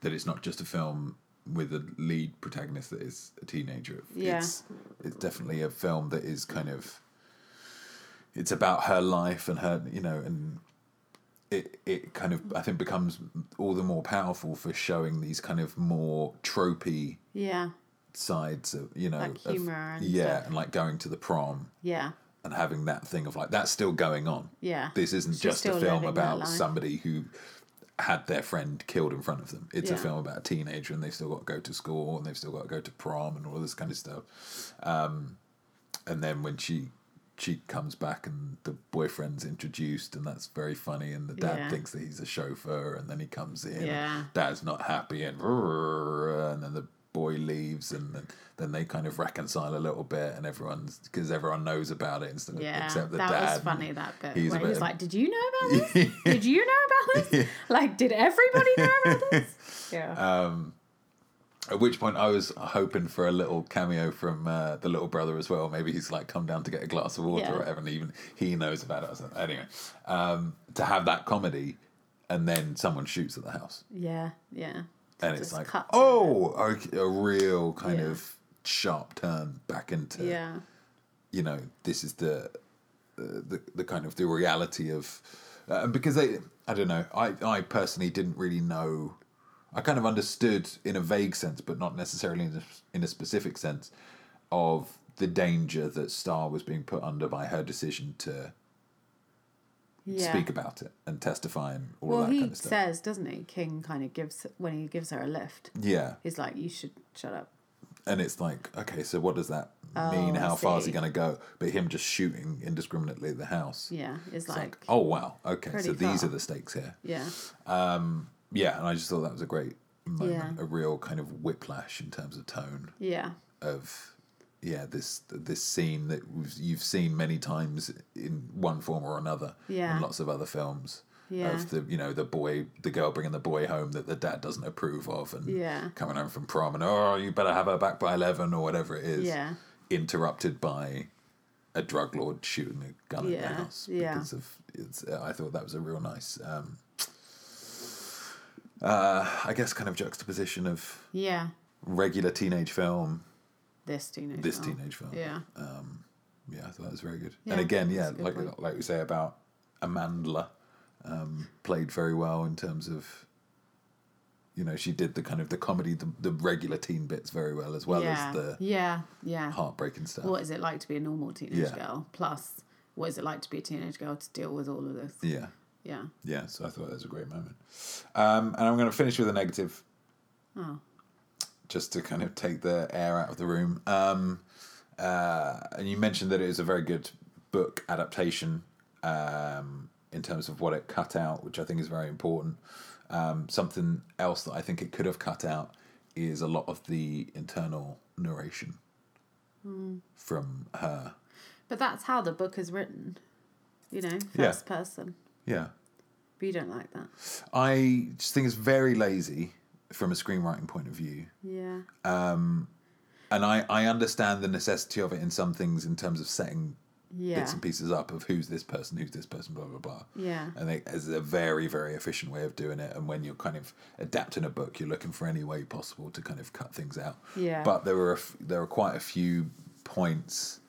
B: that it's not just a film with a lead protagonist that is a teenager.
C: Yeah.
B: It's, it's definitely a film that is kind of it's about her life and her you know and it it kind of I think becomes all the more powerful for showing these kind of more tropey
C: yeah
B: sides of you know
C: Like
B: of-
C: humour and
B: yeah,
C: stuff.
B: and like going to the prom
C: Yeah.
B: and having that thing of like that's still going on.
C: Yeah.
B: This isn't
C: She's
B: just a
C: still
B: film
C: living that
B: about
C: life.
B: somebody who had their friend killed in front of them. It's a
C: Yeah.
B: film about a teenager and they've still got to go to school and they've still got to go to prom and all this kind of stuff. Um, and then when she she comes back and the boyfriend's introduced and that's very funny and the dad
C: Yeah.
B: thinks that he's a chauffeur and then he comes in and
C: Yeah.
B: dad's not happy and and then the boy leaves and then, then they kind of reconcile a little bit and everyone's because everyone knows about it instead of
C: Yeah,
B: except the
C: that
B: dad
C: was funny that bit
B: he's a
C: where he
B: bit
C: was
B: of-
C: like, "Did you know about this? did you know about this? Like, did everybody know about this?" Yeah,
B: Uh, At which point, I was hoping for a little cameo from uh, the little brother as well. Maybe he's like come down to get a glass of water
C: Yeah.
B: or whatever, and even he knows about it. Or something. Anyway, um, to have that comedy, and then someone shoots at the house,
C: yeah, yeah.
B: and
C: Just
B: it's like,
C: cuts in
B: oh, okay, a real kind
C: Yeah.
B: of sharp turn back into
C: Yeah,
B: you know this is the the, the, the kind of the reality of uh, because they I don't know I I personally didn't really know I kind of understood in a vague sense but not necessarily in a, in a specific sense of the danger that Star was being put under by her decision to
C: yeah.
B: speak about it and testify and all
C: well,
B: that
C: he
B: kind of stuff.
C: says, doesn't he? King kind of gives when he gives her a lift.
B: yeah,
C: He's like, "You should shut up."
B: and it's like okay, so what does that mean?
C: Oh, I
B: How far is he
C: see.
B: going to go? But him just shooting indiscriminately at the house.
C: Yeah, it's
B: It's
C: like,
B: like, oh wow, okay, so
C: pretty
B: these
C: far.
B: are the stakes here.
C: yeah,
B: yeah, and I just thought that was a great moment,
C: Yeah.
B: a real kind of whiplash in terms of tone
C: yeah,
B: of yeah this this scene that we've, you've seen many times in one form or another
C: Yeah.
B: in lots of other films
C: Yeah.
B: of the you know the boy the girl bringing the boy home that the dad doesn't approve of and
C: Yeah.
B: coming home from prom and oh you better have her back by 11 or whatever it is
C: Yeah.
B: interrupted by a drug lord shooting a gun at the
C: Yeah,
B: house
C: yeah.
B: because of it's uh, I thought that was a real nice um uh I guess kind of juxtaposition of
C: yeah.
B: regular teenage film
C: This teenage.
B: this
C: girl.
B: teenage film.
C: Oh, Yeah,
B: yeah, I thought that was very good.
C: Yeah,
B: and again,
C: that's
B: yeah,
C: a good
B: like
C: point.
B: like we say about Amandla, um, played very well in terms of, you know, she did the kind of the comedy, the, the regular teen bits very well as well
C: yeah,
B: as the
C: yeah, yeah.
B: heartbreaking stuff.
C: What is it like to be a normal teenage
B: Yeah.
C: girl? Plus, what is it like to be a teenage girl to deal with all of this?
B: Yeah,
C: Yeah.
B: yeah. So I thought that was a great moment. Um, and I'm going to finish with a negative.
C: Oh.
B: Just to kind of take the air out of the room. Um, uh, and you mentioned that it is a very good book adaptation um, in terms of what it cut out, which I think is very important. Um, something else that I think it could have cut out is a lot of the internal narration from her.
C: But that's how the book is written, you know,
B: Yeah.
C: first person.
B: Yeah.
C: But you don't like that.
B: I just think it's very lazy from a screenwriting point of view.
C: Yeah.
B: And I, I understand the necessity of it in some things in terms of setting
C: Yeah.
B: bits and pieces up of who's this person, who's this person, blah blah blah.
C: Yeah.
B: and they, it's a very very efficient way of doing it. And when you're kind of adapting a book, you're looking for any way possible to kind of cut things out.
C: Yeah.
B: but there were a f- there were quite a few points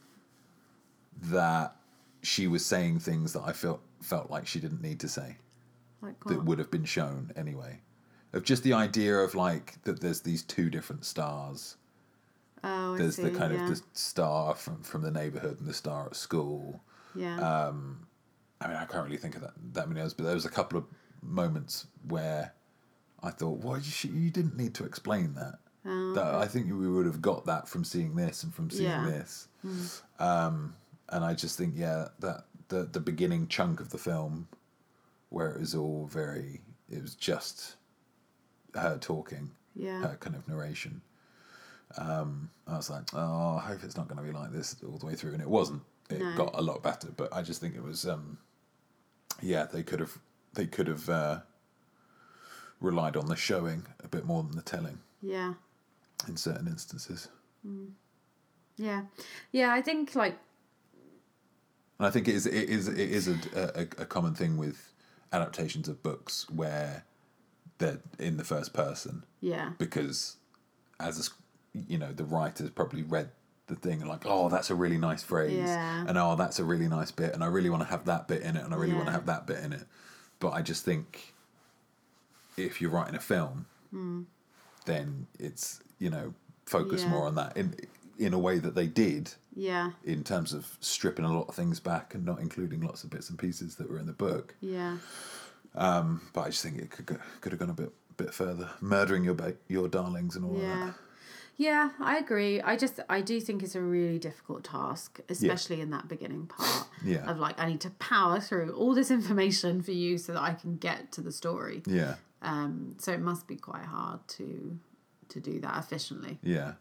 B: that she was saying things that I felt felt like she didn't need to say
C: Like
B: that
C: what?
B: would have been shown anyway. Of just the idea of like that there's these two different stars
C: oh, I
B: there's
C: see.
B: the kind
C: yeah.
B: of the star from, from the neighborhood and the star at school.
C: yeah.
B: uh, I mean, I can't really think of that that many others, but there was a couple of moments where I thought, "Why you, sh- you didn't need to explain that." that I think we would have got that from seeing this and from seeing
C: Oh. Yeah. Hmm.
B: this. Um, and I just think, yeah, that the the beginning chunk of the film where it was all very, it was just her talking,
C: Yeah.
B: her kind of narration. Um, I was like, oh, I hope it's not going to be like this all the way through, and it wasn't. It
C: No.
B: got a lot better, but I just think it was, um, yeah, they could have they could have uh, relied on the showing a bit more than the telling
C: yeah.
B: in certain instances.
C: Yeah. Yeah. I think like
B: And I think it is it is it is a, a, a common thing with adaptations of books where they're in the first person
C: yeah.
B: because as a, sc- you know the writers probably read the thing and like oh that's a really nice phrase
C: Yeah.
B: and oh that's a really nice bit and I really want to have that bit in it and I really want to
C: Yeah.
B: have that bit in it but I just think if you're writing a film then it's you know focus
C: Hmm. Yeah.
B: more on that in in a way that they did
C: Yeah.
B: in terms of stripping a lot of things back and not including lots of bits and pieces that were in the book.
C: Yeah.
B: But I just think it could go, could have gone a bit bit further. Murdering your ba- your darlings and all of
C: Yeah.
B: that.
C: Yeah, I agree. I just I do think it's a really difficult task, especially in that beginning part.
B: Yeah.
C: Of like I need to power through all this information for you so that I can get to the story.
B: Yeah,
C: Um so it must be quite hard to to do that efficiently.
B: yeah,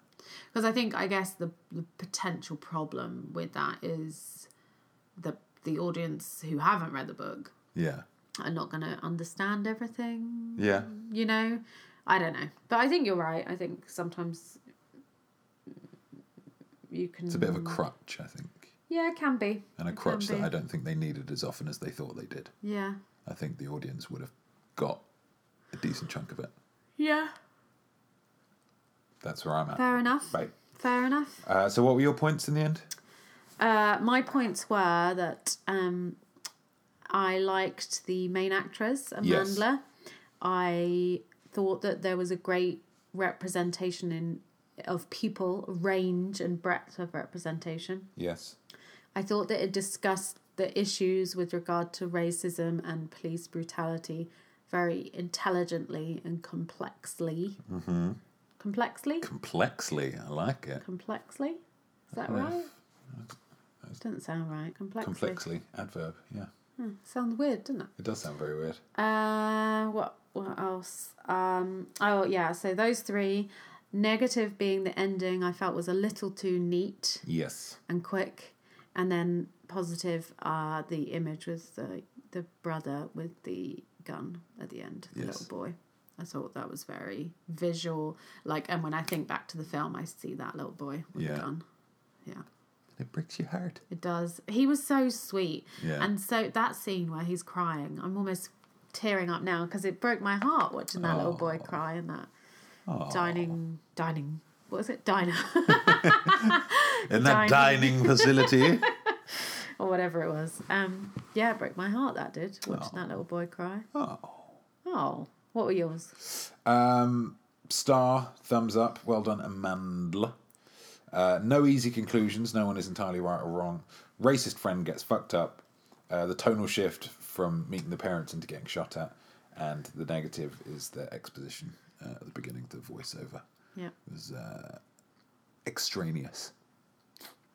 C: Because I think I guess the, the potential problem with that is the the audience who haven't read the book
B: yeah,
C: are not going to understand everything
B: yeah,
C: you know i don't know but i think you're right i think sometimes you can
B: It's a bit of a crutch, I think,
C: yeah it can be
B: and a
C: Mm. It can
B: crutch that
C: be.
B: I don't think they needed as often as they thought they did.
C: yeah
B: I think the audience would have got a decent chunk of it.
C: yeah
B: That's where I'm at.
C: fair enough
B: Right.
C: fair enough
B: Uh, so, what were your points in the end?
C: uh, my points were that um i liked the main actress
B: Yes.
C: amanda i thought that there was a great representation in of people range and breadth of representation
B: Yes.
C: I thought that it discussed the issues with regard to racism and police brutality very intelligently and complexly. Mm-hmm. Complexly?
B: Complexly, I like it.
C: Complexly? Is that right? Doesn't sound right. Complexly.
B: Complexly, adverb. Yeah,
C: Sounds weird, doesn't it?
B: it does sound very weird.
C: Uh, what what else? Um, oh yeah, so those three. Negative being the ending, I felt was a little too neat
B: Yes.
C: and quick, and then positive are the image with the the brother with the gun at the end, the
B: Yes.
C: little boy. I thought that was very visual. Like, and when I think back to the film, I see that little boy with
B: Yeah.
C: the gun. Yeah.
B: It breaks your heart.
C: It does. He was so sweet.
B: Yeah.
C: And so that scene where he's crying, I'm almost tearing up now because it broke my heart watching that little boy cry in that dining dining what is it? Diner
B: In that
C: Dining.
B: dining facility.
C: or whatever it was. Um yeah, it broke my heart that did, watching that little boy cry.
B: Oh.
C: Oh. What were yours?
B: Um, star, thumbs up. Well done, Amandla. Uh, no easy conclusions. No one is entirely right or wrong. Racist friend gets fucked up. Uh, the tonal shift from meeting the parents into getting shot at. And the negative is the exposition uh, at the beginning, the voiceover
C: Yeah.
B: was uh, extraneous.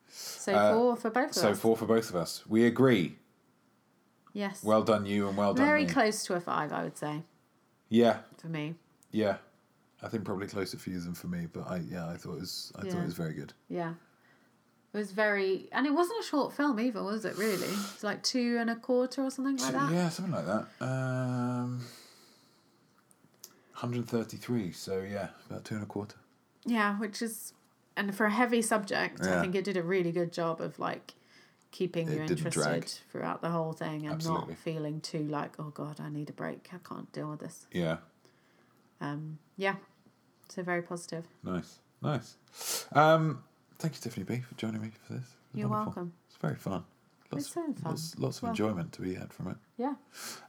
C: So four for both of
B: Uh, So,
C: us.
B: four for both of us. We agree.
C: Yes.
B: Well done, you, and well done.
C: Very
B: me.
C: close to a five, I would say,
B: Yeah,
C: for me.
B: yeah. I think probably closer for you than for me, but I yeah, I thought it was I thought
C: Yeah.
B: it was very good.
C: Yeah. It was very, and it wasn't a short film either, was it? Really, it's like two and a quarter or something like that.
B: Yeah, something like that. Um, 133, so yeah, about two and a quarter.
C: Yeah, which is, and for a heavy subject,
B: Yeah.
C: I think it did a really good job of like keeping you
B: It didn't
C: interested
B: drag.
C: throughout the whole thing and
B: Absolutely.
C: not feeling too like, oh God, I need a break. I can't deal with this.
B: Yeah,
C: Yeah. So very positive.
B: nice, nice. Um, thank you, Tiffany B, for joining me for this. It was
C: You're
B: wonderful.
C: welcome.
B: It's very fun. Lots,
C: It's been fun.
B: Lots, lots of
C: Well-
B: enjoyment to be had from it.
C: Yeah.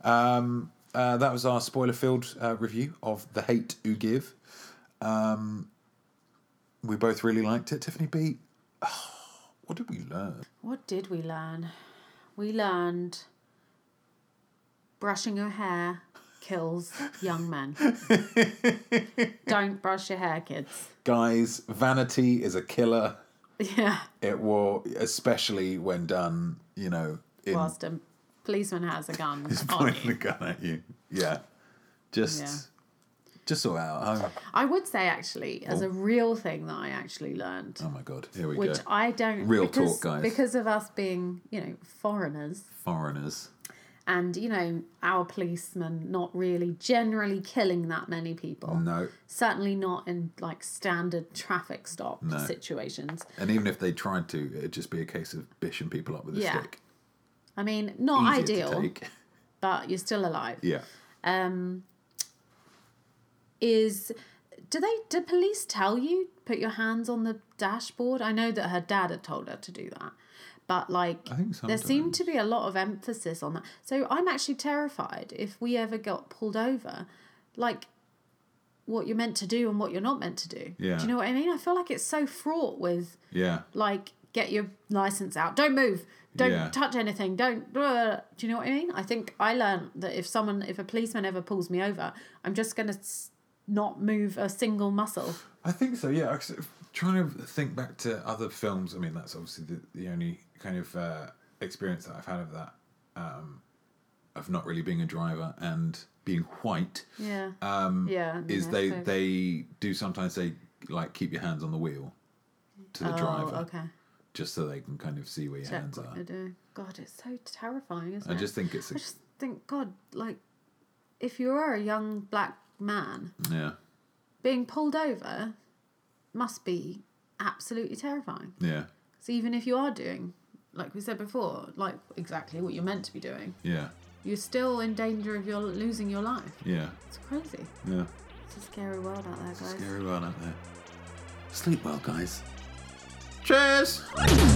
B: Um, uh, that was our spoiler-filled uh, review of The Hate You Give. Um, we both really liked it. Tiffany B, what did we learn?
C: What did we learn? We learned brushing your hair kills young men. Don't brush your hair, kids.
B: Guys, vanity is a killer.
C: Yeah.
B: It will, especially when done, you know, in
C: Whilst a policeman has a gun on
B: pointing
C: you.
B: a gun at you. Yeah, just, just sort it out at home.
C: I would say actually, as a real thing that I actually learned,
B: Oh my god, here we
C: which
B: go.
C: I don't
B: Real
C: because,
B: talk, guys.
C: because of us being you know foreigners
B: Foreigners.
C: and you know our policemen not really generally killing that many people.
B: No,
C: Certainly not in like standard traffic stop
B: No.
C: situations.
B: and even if they tried to, it'd just be a case of bishing people up with a
C: Yeah.
B: stick.
C: I mean, not
B: Easier to
C: ideal,
B: take.
C: but you're still alive.
B: Yeah.
C: Is do they do police tell you put your hands on the dashboard? I know that her dad had told her to do that. But like
B: I think
C: there seemed to be a lot of emphasis on that. So I'm actually terrified if we ever got pulled over. Like what you're meant to do and what you're not meant to do.
B: Yeah.
C: Do you know what I mean? I feel like it's so fraught with
B: Yeah.
C: like get your license out don't move don't
B: Yeah.
C: touch anything don't blah. do you know what i mean i think i learned that if someone if a policeman ever pulls me over i'm just gonna s- not move a single muscle
B: I think so. Yeah, Actually, trying to think back to other films. I mean, that's obviously the, the only kind of uh, experience that I've had of that, um, of not really being a driver and being white.
C: yeah
B: Um,
C: yeah
B: is
C: yeah,
B: they
C: so-
B: they do sometimes they like keep your hands on the wheel to the
C: oh,
B: driver
C: okay
B: just so they can kind of see where your
C: Check
B: hands
C: what
B: are.
C: you're doing. god it's so terrifying isn't
B: I
C: it
B: just think it's a,
C: i just think god like if you are a young black man
B: yeah
C: being pulled over must be absolutely terrifying
B: yeah
C: So even if you are doing, like we said before, like exactly what you're meant to be doing,
B: yeah
C: you're still in danger of your losing your life.
B: yeah
C: It's crazy.
B: yeah.
C: It's a scary world out there, guys.
B: Scary one out there. Sleep well, guys. Cheers.